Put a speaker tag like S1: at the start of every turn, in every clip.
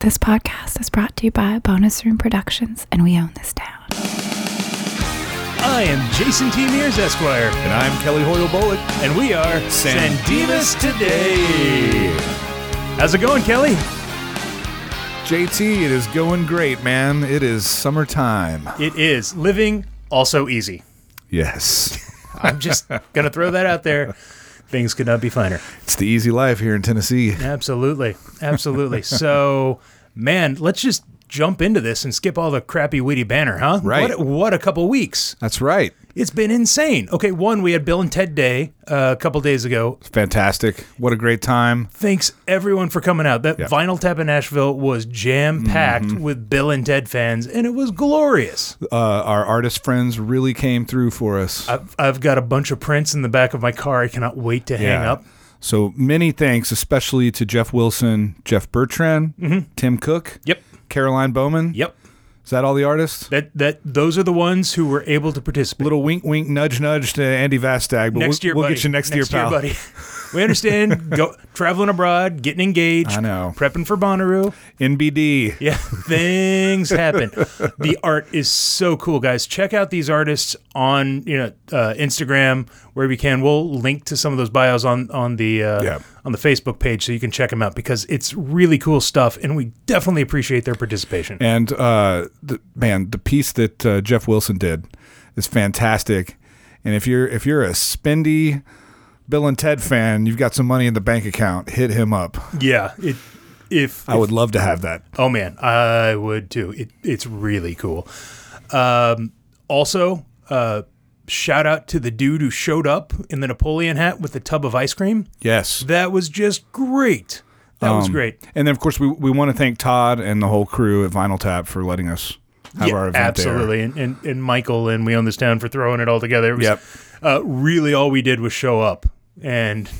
S1: This podcast is brought to you by Bonus Room Productions, and we own this town.
S2: I am Jason T. Mears, Esquire,
S3: And I'm Kelly Hoyle Bullock.
S2: and we are
S3: San
S2: Sandimas Today. How's it going, Kelly?
S3: JT, it is going great, man. It is summertime.
S2: It is living also easy.
S3: Yes.
S2: I'm just going to throw that out there. Things could not be finer.
S3: It's the easy life here in Tennessee.
S2: Absolutely. Absolutely. So, man, let's just jump into this and skip all the crappy weedy banner, huh?
S3: Right.
S2: What, what a couple weeks.
S3: That's right.
S2: It's been insane. Okay, one, we had Bill and Ted Day uh, a couple days ago.
S3: Fantastic. What a great time.
S2: Thanks everyone for coming out. That
S3: Yeah. Mm-hmm.
S2: vinyl tap in Nashville was jam packed with Bill and Ted fans, and it was glorious.
S3: Uh, our artist friends really came through for us.
S2: I've, I've got a bunch of prints in the back of my car. I cannot wait to hang
S3: Yeah.
S2: up.
S3: So many thanks, especially to Jeff Wilson, Jeff Bertrand, Tim Cook,
S2: Yep.
S3: Caroline Bowman.
S2: Mm-hmm. Yep.
S3: Is that all the artists?
S2: That that those are the ones who were able to participate.
S3: Little wink, wink, nudge, nudge to Andy Vastag. But
S2: next
S3: we'll,
S2: year,
S3: we'll
S2: buddy.
S3: get you next, year, pal.
S2: buddy. We understand. go traveling abroad, getting engaged.
S3: I know.
S2: Prepping for Bonnaroo.
S3: NBD.
S2: Yeah, things happen. The art is so cool, guys. Check out these artists on you know uh, Instagram wherever you can. We'll link to some of those bios on on the uh,
S3: Yeah.
S2: on the Facebook page so you can check them out because it's really cool stuff, and we definitely appreciate their participation.
S3: And uh, the, man, the piece that uh, Jeff Wilson did is fantastic. And if you're if you're a spendy Bill and Ted fan, you've got some money in the bank account. Hit him up.
S2: Yeah, it if
S3: I would love to have that.
S2: Oh man, I would too. It, it's really cool. Um, also, uh, shout out to the dude who showed up in the Napoleon hat with the tub of ice cream.
S3: Yes.
S2: That was just great. That
S3: Um,
S2: was great.
S3: And then of course we we want to thank Todd and the whole crew at Vinyl Tap for letting us have
S2: Yeah,
S3: our event there.
S2: absolutely. And, and and Michael and we own this town for throwing it all together. It was,
S3: Yep.
S2: Uh, really, all we did was show up, and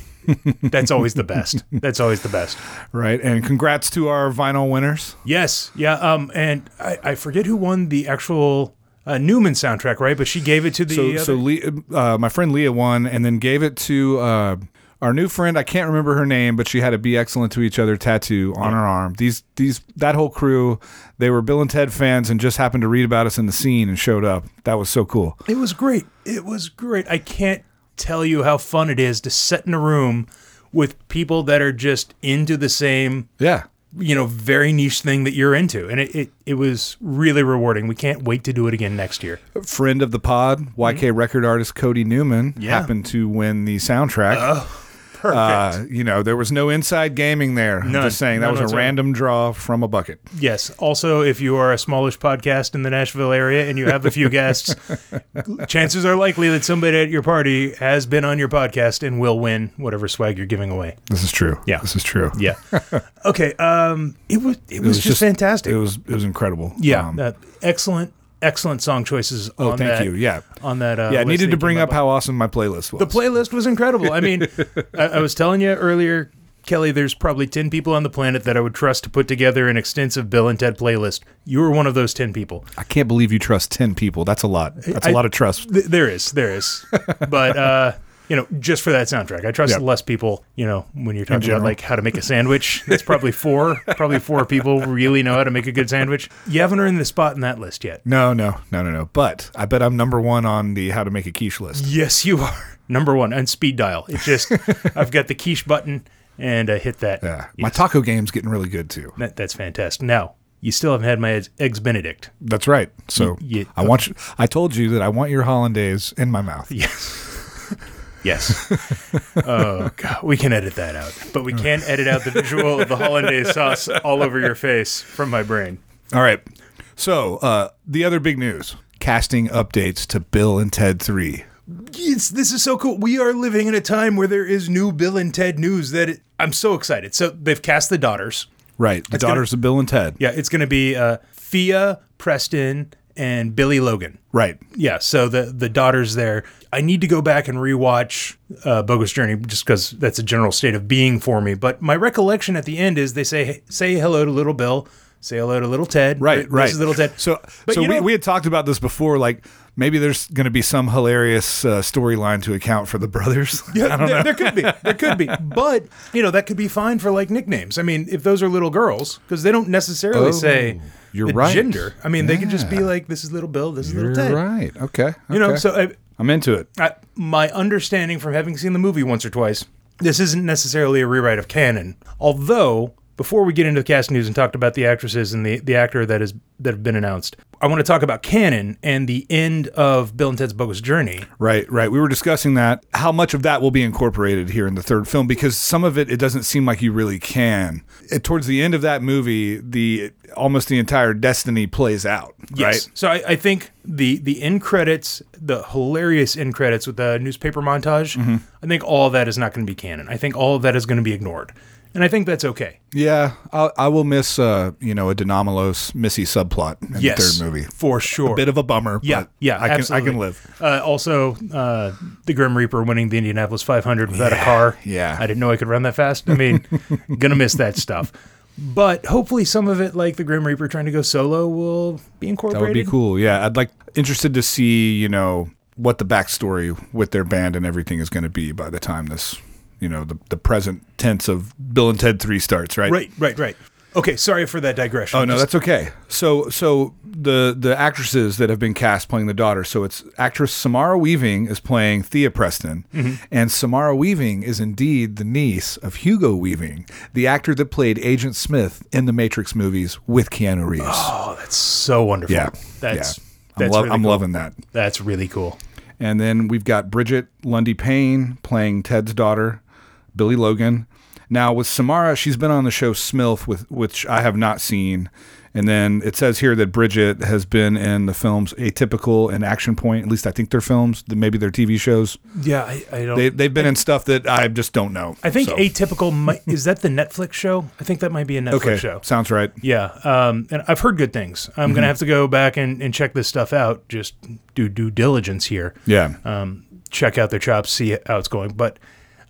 S2: that's always the best. That's always the best.
S3: Right. And congrats to our vinyl winners.
S2: Yes, yeah. Um, and I, I forget who won the actual uh, Newman soundtrack, right? But she gave it to the
S3: So,
S2: other-
S3: so Le- uh, my friend Leah won, and then gave it to uh, our new friend. I can't remember her name, but she had a "Be Excellent to Each Other" tattoo on her arm. These, these, that whole crew, they were Bill and Ted fans, and just happened to read about us in the scene and showed up. That was so cool.
S2: It was great. It was great. I can't tell you how fun it is to sit in a room with people that are just into the same,
S3: Yeah,
S2: you know, very niche thing that you're into. And it, it, it was really rewarding. We can't wait to do it again next year.
S3: A friend of the pod, YK record artist Cody Newman
S2: Mm-hmm. Yeah. Oh,
S3: happened to win the soundtrack.
S2: Perfect.
S3: Uh, you know, there was no inside gaming there. I'm
S2: None.
S3: just saying that
S2: None
S3: was a
S2: whatsoever.
S3: random draw from a bucket.
S2: yes. Also, if you are a smallish podcast in the Nashville area and you have a few guests, chances are likely that somebody at your party has been on your podcast and will win whatever swag you're giving away.
S3: This is true.
S2: Yeah.
S3: this is true.
S2: Yeah. okay. Um. It was. It was, just, fantastic.
S3: It was it was incredible.
S2: Yeah,
S3: Um,
S2: that- excellent, excellent song choices.
S3: Oh,
S2: on
S3: thank
S2: that,
S3: you. Yeah.
S2: on that. Uh,
S3: yeah, I
S2: list that
S3: needed to
S2: you
S3: bring
S2: came
S3: up how awesome my playlist was.
S2: with. the playlist was incredible. I mean, I, I was telling you earlier, Kelly. There's probably ten people on the planet that I would trust to put together an extensive Bill and Ted playlist. You were one of those ten people.
S3: I can't believe you trust 10 people. That's a lot. That's a
S2: I-
S3: lot of trust.
S2: Th- there is, there is, but. uh you know, just for that soundtrack, I trust
S3: Yeah.
S2: less people. You know, when you're talking about
S3: general.
S2: like how to make a sandwich, it's probably four, probably four people really know how to make a good sandwich. You haven't earned the spot in that list yet.
S3: No, no, no, no, no. But I bet I'm number one on the how to make a quiche list.
S2: Yes, you are. Number one on speed dial. It's just I've got the quiche button and I hit that.
S3: Yeah. My taco game's getting really good too.
S2: That- that's fantastic. Now you still haven't had my eggs, eggs Benedict.
S3: That's right. So
S2: Y- yeah.
S3: I want you, I told you that I want your hollandaise in my mouth.
S2: Yes. Yes. oh God, we can edit that out, but we can't edit out the visual of the hollandaise sauce all over your face from my brain.
S3: All right. So, uh, the other big news casting updates to Bill and Ted 3.
S2: It's, this is so cool. We are living in a time where there is new Bill and Ted news that it, I'm so excited. So they've cast the daughters.
S3: Right. The
S2: gonna-
S3: daughters of Bill and Ted.
S2: Yeah, it's going to be uh, Fia Preston and Billy Logan.
S3: Right.
S2: yeah so the the daughter's there i need to go back and rewatch uh, bogus journey just because that's a general state of being for me but my recollection at the end is they say say hello to little bill Say hello to little Ted.
S3: Right,
S2: This
S3: right.
S2: is little Ted.
S3: So,
S2: But
S3: so
S2: you
S3: we,
S2: know-
S3: we had talked about this before. Like maybe there's going to be some hilarious uh, storyline to account for the brothers.
S2: Yeah, there, there could be. There could be. But, you know, that could be fine for like nicknames. I mean, if those are little girls, because they don't necessarily
S3: Oh,
S2: say
S3: you're
S2: the
S3: right.
S2: gender. I mean, they could just be like, this is little Bill, this is
S3: You're
S2: little Ted.
S3: right. Okay.
S2: You know,
S3: okay.
S2: so uh, I,
S3: I'm into it.
S2: I, my understanding from having seen the movie once or twice, this isn't necessarily a rewrite of canon. Although, before we get into the cast news and talked about the actresses and the, the actor that is that have been announced, I want to talk about canon and the end of Bill and Ted's Bogus Journey.
S3: Right, right. We were discussing that how much of that will be incorporated here in the third film because some of it it doesn't seem like you really can. It, towards the end of that movie, the almost the entire destiny plays out. Right.
S2: So I, I think the the end credits, the hilarious end credits with the newspaper montage, I think all of that is not going to be canon. I think all of that is going to be ignored, and I think that's okay.
S3: Yeah, I'll, I will miss uh, you know a Denomalos Missy subplot in
S2: yes,
S3: the third movie.
S2: for sure.
S3: Bit of a bummer.
S2: Yeah,
S3: but
S2: yeah,
S3: I can
S2: absolutely.
S3: I can live.
S2: Uh, also, uh, the Grim Reaper winning the Indianapolis 500 without a car.
S3: yeah.
S2: I didn't know I could run that fast. I mean, gonna miss that stuff. But hopefully, some of it, like the Grim Reaper trying to go solo, will be
S3: That
S2: incorporated.
S3: would be cool. Yeah, I'd like interested to see you know what the backstory with their band and everything is going to be by the time this you know the the present tense of Bill and Ted Three starts. Right.
S2: Right, right, right. Okay, sorry for that digression.
S3: Oh no,
S2: Just-
S3: that's okay. So so the the actresses that have been cast playing the daughter. So it's actress Samara Weaving is playing Thea Preston,
S2: Mm-hmm.
S3: and Samara Weaving is indeed the niece of Hugo Weaving, the actor that played Agent Smith in the Matrix movies with Keanu Reeves.
S2: oh, that's so wonderful.
S3: yeah,
S2: that's
S3: yeah. I'm,
S2: that's
S3: lo-
S2: really
S3: I'm
S2: cool.
S3: loving that.
S2: That's really cool.
S3: And then we've got Bridget Lundy Payne playing Ted's daughter, Billy Logan. Now with Samara, she's been on the show Smilf, with which I have not seen. And then it says here that Bridget has been in the films Atypical and Action Point. At least I think they're films. th- Maybe they're TV shows.
S2: Yeah, I, I don't.
S3: They, they've been in stuff that I just don't know.
S2: I think
S3: So-
S2: Atypical might, is that the Netflix show? I think that might be a Netflix
S3: okay,
S2: show.
S3: sounds right.
S2: Yeah, um, and I've heard good things. I'm gonna have to go back and, and check this stuff out. Just do due diligence here.
S3: Yeah,
S2: Um, check out their chops, see how it's going. But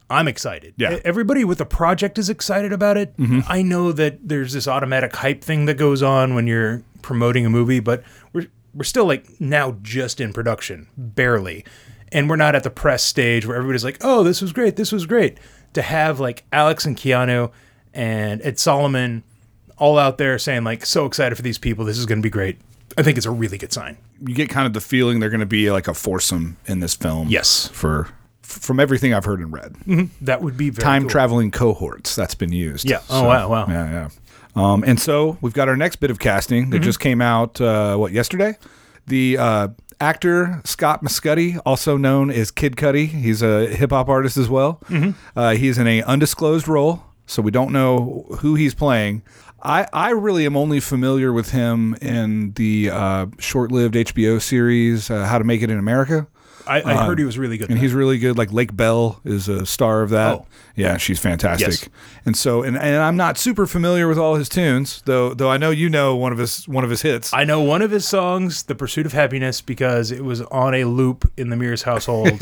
S2: I'm excited.
S3: Yeah. Mm-hmm.
S2: E- everybody with the project is excited about it. I know that there's this automatic hype thing that goes on when you're promoting a movie, but we're we're still like now just in production, barely, and we're not at the press stage where everybody's like, "Oh, this was great, this was great." To have like Alex and Keanu and Ed Solomon all out there saying like, "So excited for these people, this is going to be great." I think it's a really good sign.
S3: you get kind of the feeling they're going to be like a foursome in this film.
S2: Yes.
S3: for f- from everything I've heard and read.
S2: That would be very
S3: time
S2: cool.
S3: traveling cohorts that's been used.
S2: Yeah. Oh, wow, wow.
S3: Yeah, yeah. Um, and so we've got our next bit of casting that
S2: Mm-hmm.
S3: just came out uh, what yesterday. The uh, actor Scott Muscutty, also known as Kid Cudi, he's a hip hop artist as well.
S2: Mm-hmm.
S3: Uh, he's in a undisclosed role, so we don't know who he's playing. I, I really am only familiar with him in the uh, short-lived HBO series uh, How to Make It in America.
S2: I, I heard he was really good.
S3: Uh-huh. And
S2: in
S3: he's really good. Like Lake Bell is a star of that.
S2: Oh.
S3: Yeah, she's fantastic.
S2: Yes.
S3: And so, and, and I'm not super familiar with all his tunes, though. Though I know you know one of his one of his hits.
S2: I know one of his songs, "The Pursuit of Happiness," because it was on a loop in the Mears household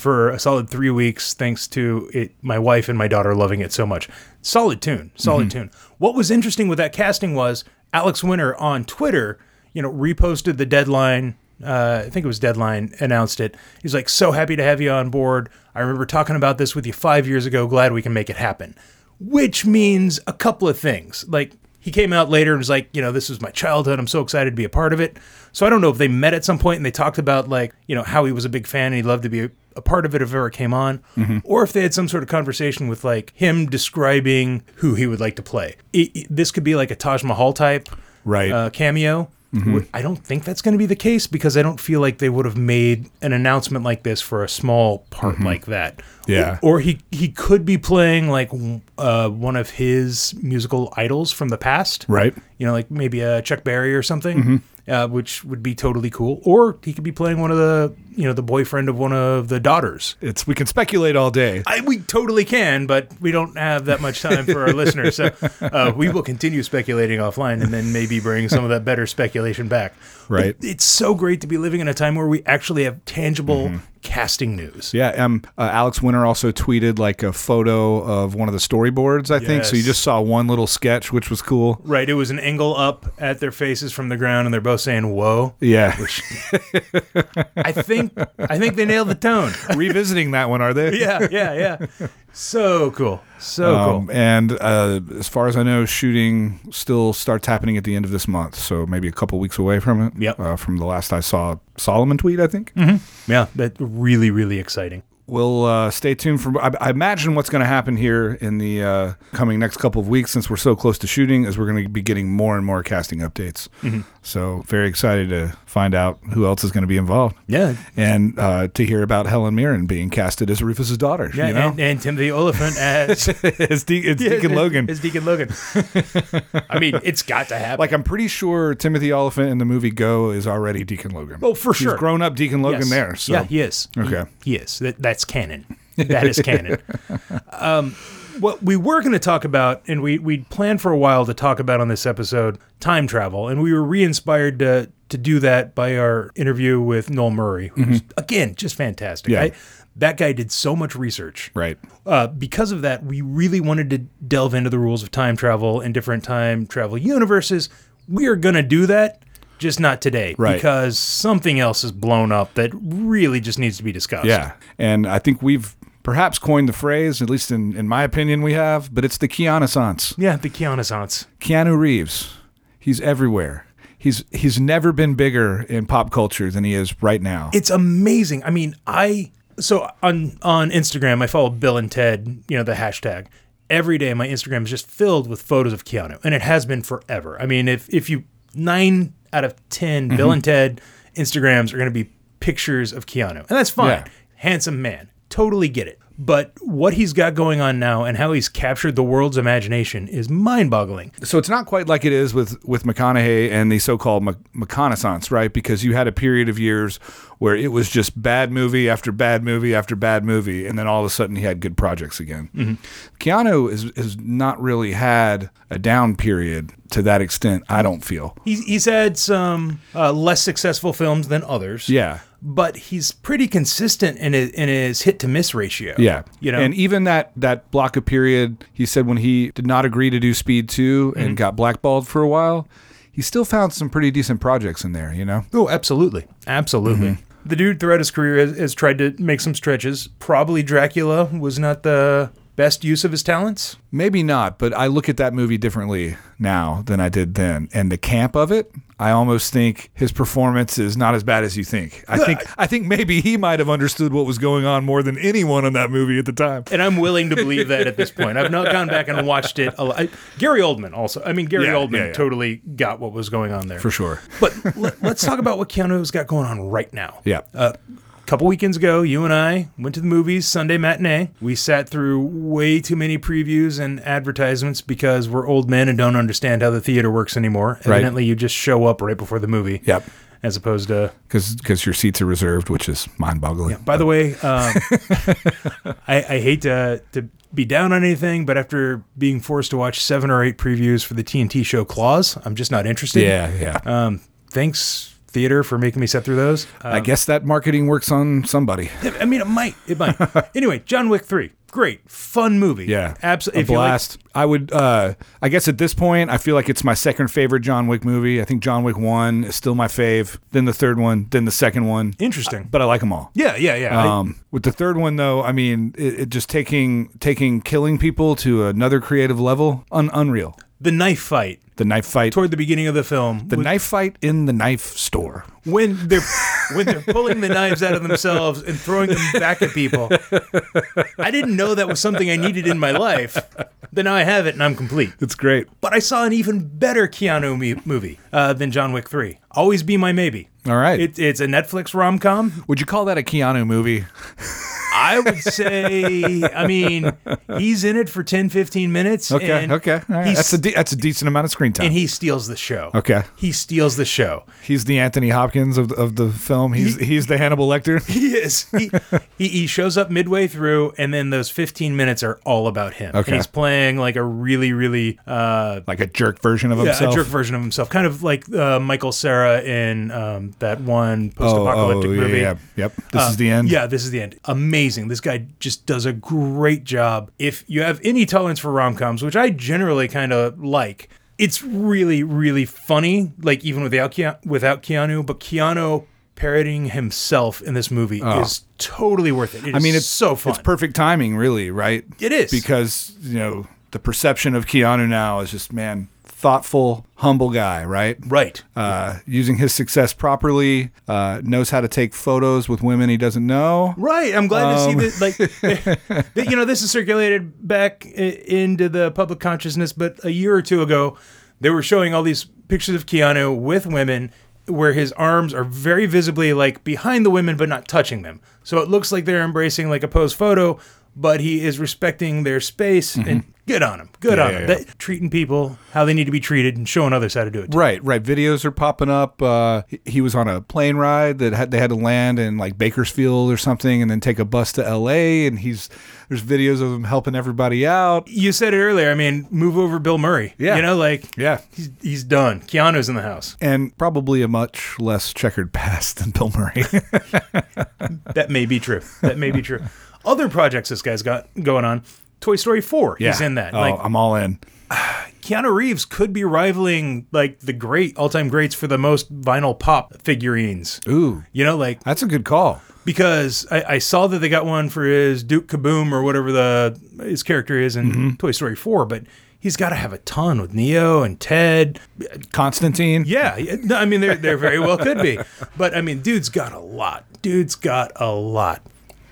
S2: for a solid three weeks, thanks to it, my wife and my daughter loving it so much. Solid tune, solid tune. What was interesting with that casting was Alex Winter on Twitter, you know, reposted the deadline. Uh, I think it was Deadline announced it. He's like, "So happy to have you on board. I remember talking about this with you five years ago. Glad we can make it happen." Which means a couple of things, like he came out later and was like, you know, this was my childhood. I'm so excited to be a part of it. So I don't know if they met at some point and they talked about like, you know, how he was a big fan and he'd love to be a, a part of it if it ever came on, or if they had some sort of conversation with like him describing who he would like to play. It, it- this could be like a Taj Mahal type
S3: Right.
S2: uh, cameo.
S3: Mm-hmm.
S2: Wh- I don't think that's going to be the case because I don't feel like they would have made an announcement like this for a small part like that.
S3: Mm-hmm. Yeah.
S2: Or, or he he could be playing like w- uh, one of his musical idols from the past.
S3: Right. Mm-hmm.
S2: You know, like maybe a Chuck Berry or something, uh, which would be totally cool. Or he could be playing one of the you know, the boyfriend of one of the daughters.
S3: It's we can speculate all day.
S2: I, we totally can, but we don't have that much time for our listeners. So uh, we will continue speculating offline and then maybe bring some of that better speculation back.
S3: Right.
S2: But it's so great to be living in a time where we actually have tangible casting news.
S3: Mm-hmm. Yeah, um, uh, Alex Winter also tweeted like a photo of one of the storyboards, I think. So you
S2: Yes.
S3: just saw one little sketch, which was cool.
S2: Right. It was an angle up at their faces from the ground, and they're both saying, Whoa.
S3: Yeah,
S2: I think I think they nailed the tone.
S3: revisiting that one, are they?
S2: yeah, yeah, yeah. So cool. So
S3: Um,
S2: Oh, cool.
S3: and uh, as far as I know, shooting still starts happening at the end of this month, so maybe a couple weeks away from it.
S2: Yep. Hmm.
S3: Uh, from the last I saw Solomon tweet, I think.
S2: Yeah, that really, really exciting.
S3: We'll uh, stay tuned for. I, I imagine what's going to happen here in the uh, coming next couple of weeks, since we're so close to shooting, is we're going to be getting more and more casting updates.
S2: Mm-hmm.
S3: So very excited to find out who else is going to be involved.
S2: Yeah.
S3: And uh, to hear about Helen Mirren being casted as Rufus's daughter,
S2: Yeah,
S3: you know,
S2: and, and Timothy Oliphant as
S3: it's, De- it's Deacon
S2: as-
S3: Logan.
S2: As Deacon Logan. I mean, it's got to happen.
S3: Like I'm pretty sure Timothy Oliphant in the movie Go is already Deacon Logan.
S2: Oh, for
S3: He's
S2: sure.
S3: grown up Deacon Logan
S2: Yes.
S3: there. So
S2: Yeah, he is.
S3: Okay.
S2: He, he is. That, that's canon. That is canon. um, what we were going to talk about, and we we'd planned for a while to talk about on this episode, time travel, and we were re-inspired to to do that by our interview with Noel Murray, who's again just fantastic.
S3: Mm-hmm. Yeah.
S2: that guy did so much research.
S3: right.
S2: Uh, because of that, we really wanted to delve into the rules of time travel and different time travel universes. We are going to do that, just not today,
S3: Right.
S2: because something else is blown up that really just needs to be discussed.
S3: Yeah. And I think we've perhaps coined the phrase, at least in, in my opinion, we have, but it's the Keanuissance.
S2: Yeah, the Keanuissance.
S3: Keanu Reeves, he's everywhere. He's he's never been bigger in pop culture than he is right now.
S2: It's amazing. I mean, I so on on Instagram, I follow Bill and Ted, you know, the hashtag. Every day my Instagram is just filled with photos of Keanu, and it has been forever. I mean, if if you 9 out of 10 Bill
S3: Mm-hmm.
S2: and Ted Instagrams are going to be pictures of Keanu. And that's fine.
S3: Yeah.
S2: Handsome man. Totally get it. But what he's got going on now and how he's captured the world's imagination is mind-boggling.
S3: so it's not quite like it is with with McConaughey and the so-called Mc- McConaissance, right? Because you had a period of years where it was just bad movie after bad movie after bad movie, and then all of a sudden he had good projects again.
S2: Mm-hmm.
S3: Keanu is has not really had a down period to that extent. I don't feel.
S2: He's he's had some uh, less successful films than others.
S3: Yeah.
S2: but he's pretty consistent in his, in his hit to miss ratio.
S3: Yeah,
S2: you know,
S3: and even that that block of period, he said when he did not agree to do Speed 2
S2: Mm-hmm.
S3: and got blackballed for a while, he still found some pretty decent projects in there. You know,
S2: oh, absolutely, absolutely.
S3: Mm-hmm.
S2: The dude throughout his career has, has tried to make some stretches. Probably Dracula was not the best use of his talents.
S3: maybe not, but I look at that movie differently now than I did then, and the camp of it. I almost think his performance is not as bad as you think. I think I think maybe he might have understood what was going on more than anyone on that movie at the time.
S2: And I'm willing to believe that at this point. I've not gone back and watched it. A lot. I, Gary Oldman also. I mean, Gary
S3: Yeah,
S2: Oldman
S3: yeah, yeah.
S2: totally got what was going on there.
S3: For sure.
S2: But let, let's talk about what Keanu's got going on right now.
S3: Yeah.
S2: couple weekends ago, you and I went to the movies Sunday matinee. We sat through way too many previews and advertisements because we're old men and don't understand how the theater works anymore.
S3: Right.
S2: Evidently, you just show up right before the movie.
S3: Yep.
S2: As opposed to,
S3: Because your seats are reserved, which is mind-boggling.
S2: by the way, um, I, I hate to to be down on anything, but after being forced to watch seven or eight previews for the TNT show Claws, I'm just not interested.
S3: yeah, Uh, yeah.
S2: Um, thanks theater for making me sit through those.
S3: I guess that marketing works on somebody.
S2: I mean, it might. It might. anyway, John Wick three, great, fun movie.
S3: Yeah,
S2: absolutely.
S3: A blast. I would. Uh, I guess at this point, I feel like it's my second favorite John Wick movie. I think John Wick one is still my fave. Then the third one. Then the second one.
S2: interesting.
S3: But I like them all.
S2: yeah, yeah, yeah. I-
S3: Um, with the third one though, I mean, it, it just taking taking killing people to another creative level. Un- unreal.
S2: the knife fight
S3: The knife fight.
S2: toward the beginning of the film,
S3: the
S2: with-
S3: knife fight in the knife store.
S2: when they're when they're pulling the knives out of themselves and throwing them back at people. I didn't know that was something I needed in my life, but now I have it and I'm complete.
S3: It's great.
S2: But I saw an even better Keanu me- movie uh, than John Wick three. Always be my maybe.
S3: All right.
S2: It, it's a Netflix rom com.
S3: Would you call that a Keanu movie?
S2: I would say, I mean, he's in it for 10, 15 minutes.
S3: Okay,
S2: and
S3: okay. All right.
S2: he's-
S3: That's a de- that's a decent amount of screen time.
S2: And he steals the show.
S3: okay,
S2: He steals the show.
S3: he's the Anthony Hopkins of of the film. He's he's the Hannibal Lecter.
S2: He is. He, he, he shows up midway through, and then those 15 minutes are all about him.
S3: Okay.
S2: And he's playing like a really, really uh,
S3: like a jerk version of
S2: yeah, a
S3: himself.
S2: jerk version of himself, kind of like uh, Michael Sarah in um, that one
S3: oh,
S2: post-apocalyptic
S3: oh, yeah,
S2: movie.
S3: yeah, yep. This
S2: Uh,
S3: is the end.
S2: Yeah, this is the end. Amazing. This guy just does a great job. If you have any tolerance for rom coms, which I generally kind of like, it's really, really funny. Like even without Keanu, without Keanu, but Keanu parodying himself in this movie is totally worth it. It is
S3: Ah. I mean, it's
S2: so fun.
S3: It's perfect timing, really, right?
S2: It is.
S3: because you know the perception of Keanu now is just man, thoughtful, humble guy, right?
S2: right.
S3: Uh, using his success properly, uh, knows how to take photos with women he doesn't know.
S2: Right, I'm glad
S3: Um,
S2: to see that. Like, that, you know, this is circulated back i- into the public consciousness, but a year or two ago, they were showing all these pictures of Keanu with women, where his arms are very visibly like behind the women, but not touching them. So it looks like they're embracing like a posed photo, but he is respecting their space. And good on him, good on
S3: Mm-hmm. yeah,
S2: him.
S3: yeah.
S2: That, treating people how they need to be treated and showing others how to do it.
S3: Right, right. Videos are popping up. Uh, he- he was on a plane ride that had, they had to land in like Bakersfield or something, and then take a bus to L.A. And he's there's videos of him helping everybody out.
S2: You said it earlier. I mean, move over Bill Murray.
S3: Yeah.
S2: you know, like
S3: Yeah,
S2: he's he's done. Keanu's in the house.
S3: and probably a much less checkered past than Bill Murray.
S2: That may be true. That may be true. Other projects this guy's got going on. Toy Story 4, he's in that.
S3: Oh,
S2: Like
S3: I'm all in.
S2: Keanu Reeves could be rivaling like the great all-time greats for the most vinyl pop figurines.
S3: Ooh,
S2: You know, like
S3: that's a good call.
S2: because I, I saw that they got one for his Duke Kaboom or whatever the his character is in
S3: Mm-hmm.
S2: Toy Story 4, but he's got to have a ton with Neo and Ted.
S3: Constantine.
S2: Yeah, yeah, no, I mean there there very well could be, but I mean dude's got a lot. Dude's got a lot.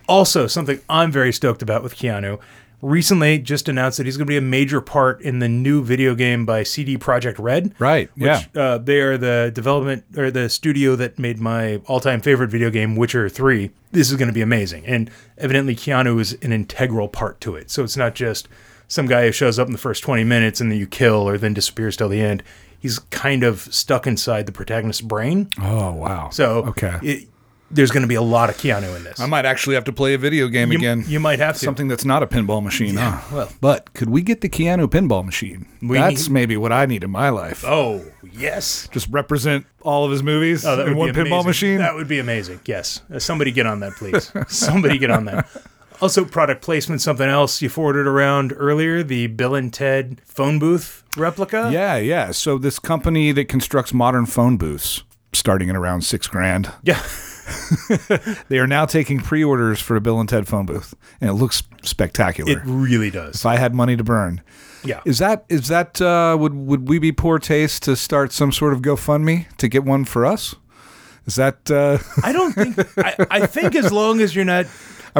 S2: Also, something I'm very stoked about with Keanu. Recently, just announced that he's going to be a major part in the new video game by CD Project Red.
S3: Right,
S2: Which,
S3: yeah.
S2: Uh, they are the development or the studio that made my all-time favorite video game, Witcher Three. This is going to be amazing, and evidently Keanu is an integral part to it. So it's not just some guy who shows up in the first 20 minutes and then you kill or then disappears till the end. He's kind of stuck inside the protagonist's brain.
S3: Oh wow.
S2: So
S3: okay,
S2: it- there's going to be a lot of Keanu in this.
S3: I might actually have to play a video game
S2: you,
S3: again.
S2: you might have to.
S3: Something that's not a pinball machine, huh?
S2: well.
S3: but could we get the Keanu pinball machine?
S2: We
S3: that's
S2: need-
S3: maybe what I need in my life.
S2: Oh yes.
S3: Just represent all of his movies
S2: Oh, that
S3: in
S2: would
S3: one
S2: be amazing.
S3: pinball machine.
S2: That would be amazing. Yes. Uh, Somebody get on that, please. Somebody get on that. Also, product placement, something else you forwarded around earlier the Bill and Ted phone booth replica.
S3: yeah, yeah. So this company that constructs modern phone booths, starting at around six grand,
S2: Yeah.
S3: they are now taking pre-orders for a Bill and Ted phone booth, and it looks spectacular.
S2: It really does.
S3: if I had money to burn,
S2: Yeah.
S3: Is that is that uh, would would we be poor taste to start some sort of GoFundMe to get one for us? Is that uh,
S2: I don't think, I, I think as long as you're not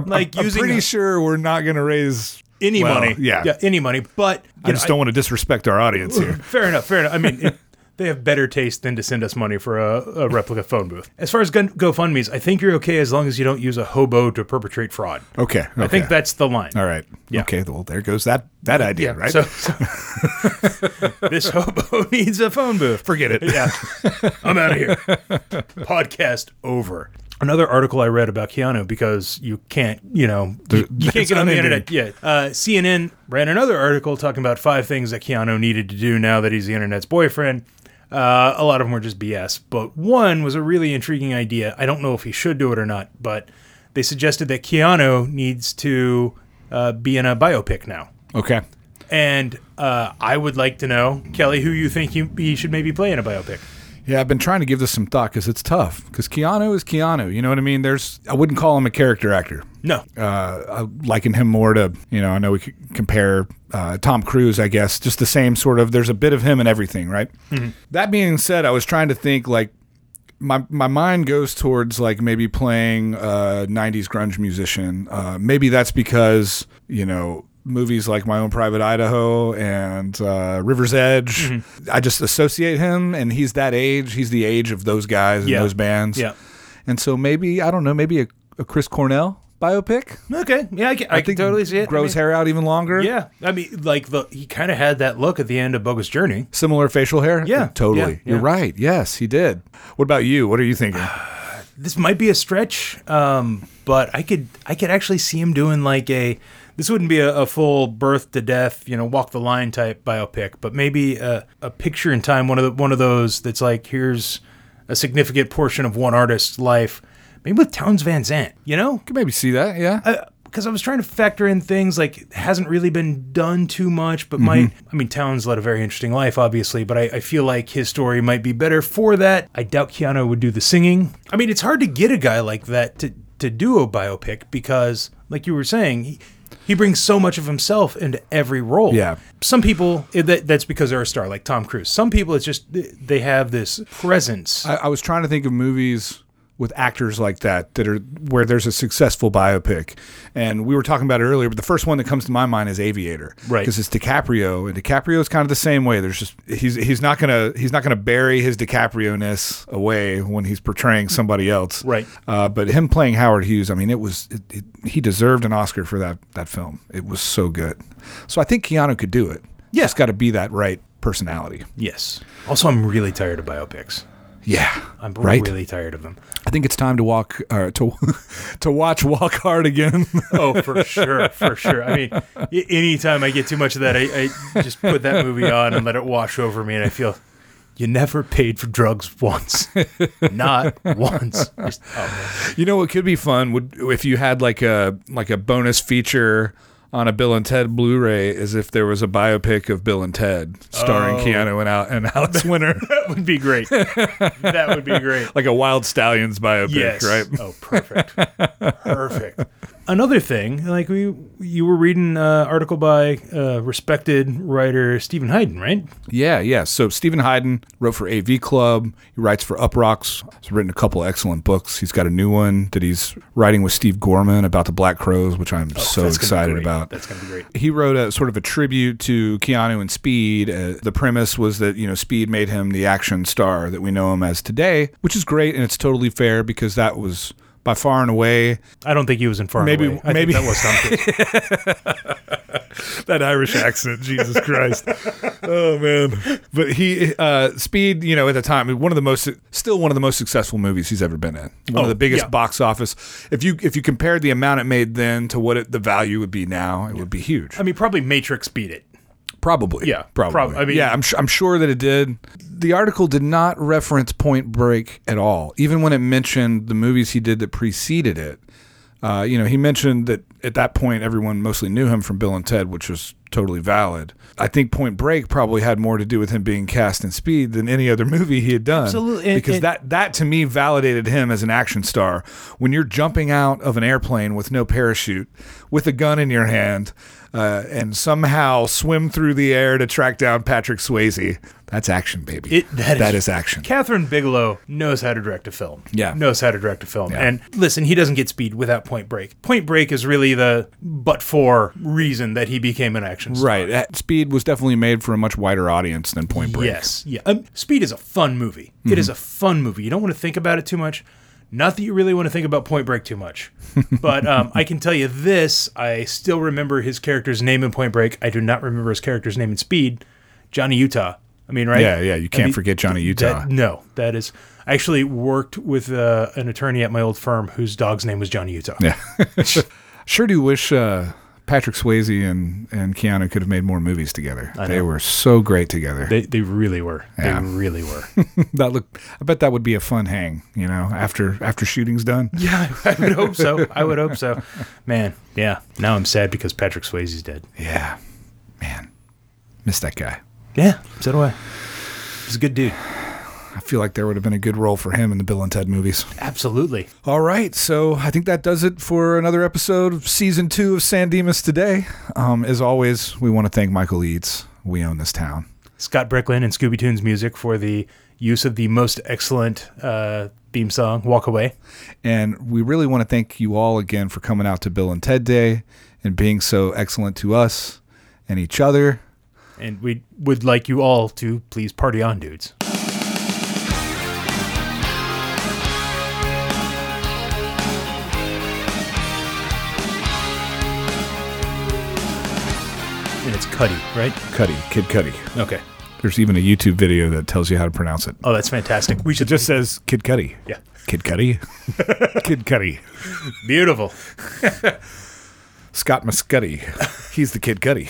S2: like
S3: I'm
S2: using
S3: pretty sure we're not going to raise.
S2: any
S3: well,
S2: money.
S3: yeah.
S2: Any money. But you
S3: I just don't want to disrespect our audience here.
S2: Fair enough. Fair enough. I mean, it, they have better taste than to send us money for a, a replica phone booth. As far as gun, GoFundMe's, I think you're okay as long as you don't use a hobo to perpetrate fraud.
S3: Okay,
S2: I think
S3: okay.
S2: that's the line.
S3: All right.
S2: Yeah.
S3: Okay. Well, there goes that that idea. right.
S2: So, so- this hobo needs a phone booth.
S3: forget it.
S2: Yeah. I'm out of here. Podcast over. Another article I read about Keanu because you can't, you know, you, you can't
S3: it's
S2: get on the
S3: unending.
S2: internet yet. Uh, CNN ran another article talking about five things that Keanu needed to do now that he's the internet's boyfriend. Uh, a lot of them were just BS, but one was a really intriguing idea. I don't know if he should do it or not, but they suggested that Keanu needs to uh, be in a biopic now.
S3: Okay.
S2: And uh, I would like to know, Kelly, who you think you, he should maybe play in a biopic.
S3: Yeah, I've been trying to give this some thought because it's tough. Because Keanu is Keanu. You know what I mean? There's I wouldn't call him a character actor.
S2: No.
S3: uh, I liken him more to you know I know we could compare uh, Tom Cruise I guess just the same sort of there's a bit of him in everything right
S2: Mm-hmm.
S3: that being said I was trying to think like my my mind goes towards like maybe playing a 90s grunge musician uh, maybe that's because you know movies like My Own Private Idaho and uh, River's Edge
S2: Mm-hmm.
S3: I just associate him and he's that age he's the age of those guys and
S2: Yeah.
S3: those bands
S2: Yeah.
S3: and so maybe I don't know, maybe a, a Chris Cornell biopic.
S2: Okay, yeah, I can, I can totally see it. I
S3: Grows
S2: mean,
S3: hair out even longer.
S2: Yeah, I mean, like the he kind of had that look at the end of Bogus Journey.
S3: Similar facial hair.
S2: Yeah,
S3: Totally.
S2: yeah,
S3: You're
S2: yeah.
S3: right. Yes, he did. What about you? What are you thinking?
S2: This might be a stretch, um, but I could I could actually see him doing like a this wouldn't be a, a full birth to death, you know, walk the line type biopic, but maybe a, a picture in time one of the, one of those that's like here's a significant portion of one artist's life, maybe with Towns Van Zant, you know,
S3: Could maybe see that. Yeah.
S2: because I was trying to factor in things like hasn't really been done too much, but might.
S3: Mm-hmm.
S2: I mean, Towns led a very interesting life, obviously, but I, I feel like his story might be better for that. I doubt Keanu would do the singing. I mean, it's hard to get a guy like that to to do a biopic because, like you were saying, he, he brings so much of himself into every role.
S3: Yeah.
S2: Some people it- that, that's because they're a star, like Tom Cruise. Some people it's just th- they have this presence.
S3: I, I was trying to think of movies with actors like that that are where there's a successful biopic and we were talking about it earlier but the first one that comes to my mind is aviator
S2: Right.
S3: because it's DiCaprio and DiCaprio is kind of the same way there's just he's he's not gonna he's not gonna bury his DiCaprio-ness away when he's portraying somebody else
S2: Right.
S3: uh, but him playing Howard Hughes I mean it was it, it, he deserved an Oscar for that that film it was so good so I think Keanu could do it
S2: Yeah.
S3: just got to be that right personality
S2: yes. Also, I'm really tired of biopics.
S3: yeah
S2: I'm
S3: right
S2: really tired of them.
S3: I think it's time to walk or to to watch Walk Hard again.
S2: Oh, for sure, for sure. I mean, y- anytime I get too much of that, I, I just put that movie on and let it wash over me, and I feel you never paid for drugs once, not once. Just, oh,
S3: you know what could be fun would if you had like a like a bonus feature on a Bill and Ted Blu-ray is if there was a biopic of Bill and Ted starring Keanu and, Al- and Alex Winter,
S2: that would be great. That would be great.
S3: like a Wild Stallions biopic,
S2: Yes.
S3: right?
S2: Oh, perfect. perfect. Another thing, like we, you were reading an article by uh, respected writer Stephen Hayden, right?
S3: Yeah, yeah. So Stephen Hayden wrote for AV Club. He writes for Up Rocks. He's written a couple excellent books. He's got a new one that he's writing with Steve Gorman about the Black Crows, which I'm so
S2: That's gonna be
S3: excited
S2: great.
S3: about.
S2: That's gonna be great.
S3: he wrote a sort of a tribute to Keanu and Speed. Uh, the premise was that you know Speed made him the action star that we know him as today, which is great and it's totally fair because that was by far and away
S2: I don't think he was in far. and
S3: Maybe-
S2: Away. I think
S3: maybe-
S2: that was Tom Cruise.
S3: that Irish accent. Jesus Christ. oh man. But he uh, Speed, you know, at the time, one of the most still one of the most successful movies he's ever been in. One of
S2: Oh,
S3: the biggest
S2: yeah.
S3: box office. If you if you compared the amount it made then to what it, the value would be now, it would be huge.
S2: I mean, probably Matrix beat it.
S3: Probably.
S2: Yeah,
S3: Probably.
S2: prob- I mean-
S3: yeah, I'm, su- I'm sure that it did. The article did not reference Point Break at all, even when it mentioned the movies he did that preceded it. Uh, you know, he mentioned that at that point, everyone mostly knew him from Bill and Ted, which was totally valid. I think Point Break probably had more to do with him being cast in Speed than any other movie he had done.
S2: Absolutely. And-
S3: Because
S2: and-
S3: that, that to me validated him as an action star. When you're jumping out of an airplane with no parachute, with a gun in your hand, uh, and somehow swim through the air to track down Patrick Swayze, that's action, baby.
S2: It- that is-
S3: action.
S2: Catherine Bigelow knows how to direct a film.
S3: Yeah.
S2: Knows how to direct a film.
S3: Yeah.
S2: And listen, he doesn't get speed without Point Break. Point Break is really the but for reason that he became an action star.
S3: Right. That Speed was definitely made for a much wider audience than Point Break. Mhm.
S2: Yes. Yeah. Um, speed is a fun movie. It is a fun movie. You don't want to think about it too much. Not that you really want to think about Point Break too much. but um, I can tell you this I still remember his character's name in Point Break. I do not remember his character's name in Speed. Johnny Utah. I mean, right?
S3: Yeah, yeah. You can't
S2: mean,
S3: forget Johnny Utah.
S2: That- no, that is. I actually worked with uh, an attorney at my old firm whose dog's name was Johnny Utah.
S3: Yeah. sure do wish uh, Patrick Swayze and, and Keanu could have made more movies together. They were so great together.
S2: They, they really were.
S3: Yeah.
S2: They really were.
S3: that look I bet that would be a fun hang, you know, after after shooting's done.
S2: yeah, I would hope so. I would hope so. Man, yeah. Now I'm sad because Patrick Swayze's dead.
S3: Yeah. Man. Miss that guy.
S2: Yeah, so do I. He's a good dude.
S3: I feel like there would have been a good role for him in the Bill and Ted movies.
S2: Absolutely.
S3: All right, so I think that does it for another episode of season two of San Dimas today. Um, as always, we want to thank Michael Eads. We own this town.
S2: Scott Bricklin and Scooby Tunes music for the use of the most excellent uh, theme song, Walk Away.
S3: And we really want to thank you all again for coming out to Bill and Ted Day and being so excellent to us and each other.
S2: And we would like you all to please party on, dudes. That's Cuddy, right?
S3: Cuddy, Kid Cuddy.
S2: Okay.
S3: There's even a YouTube video that tells you how to pronounce it.
S2: Oh, that's fantastic. We
S3: It
S2: should
S3: just says Kid Cuddy.
S2: Yeah.
S3: Kid Cuddy. Kid Cuddy.
S2: Beautiful.
S3: Scott Muscuddy. He's the Kid Cuddy.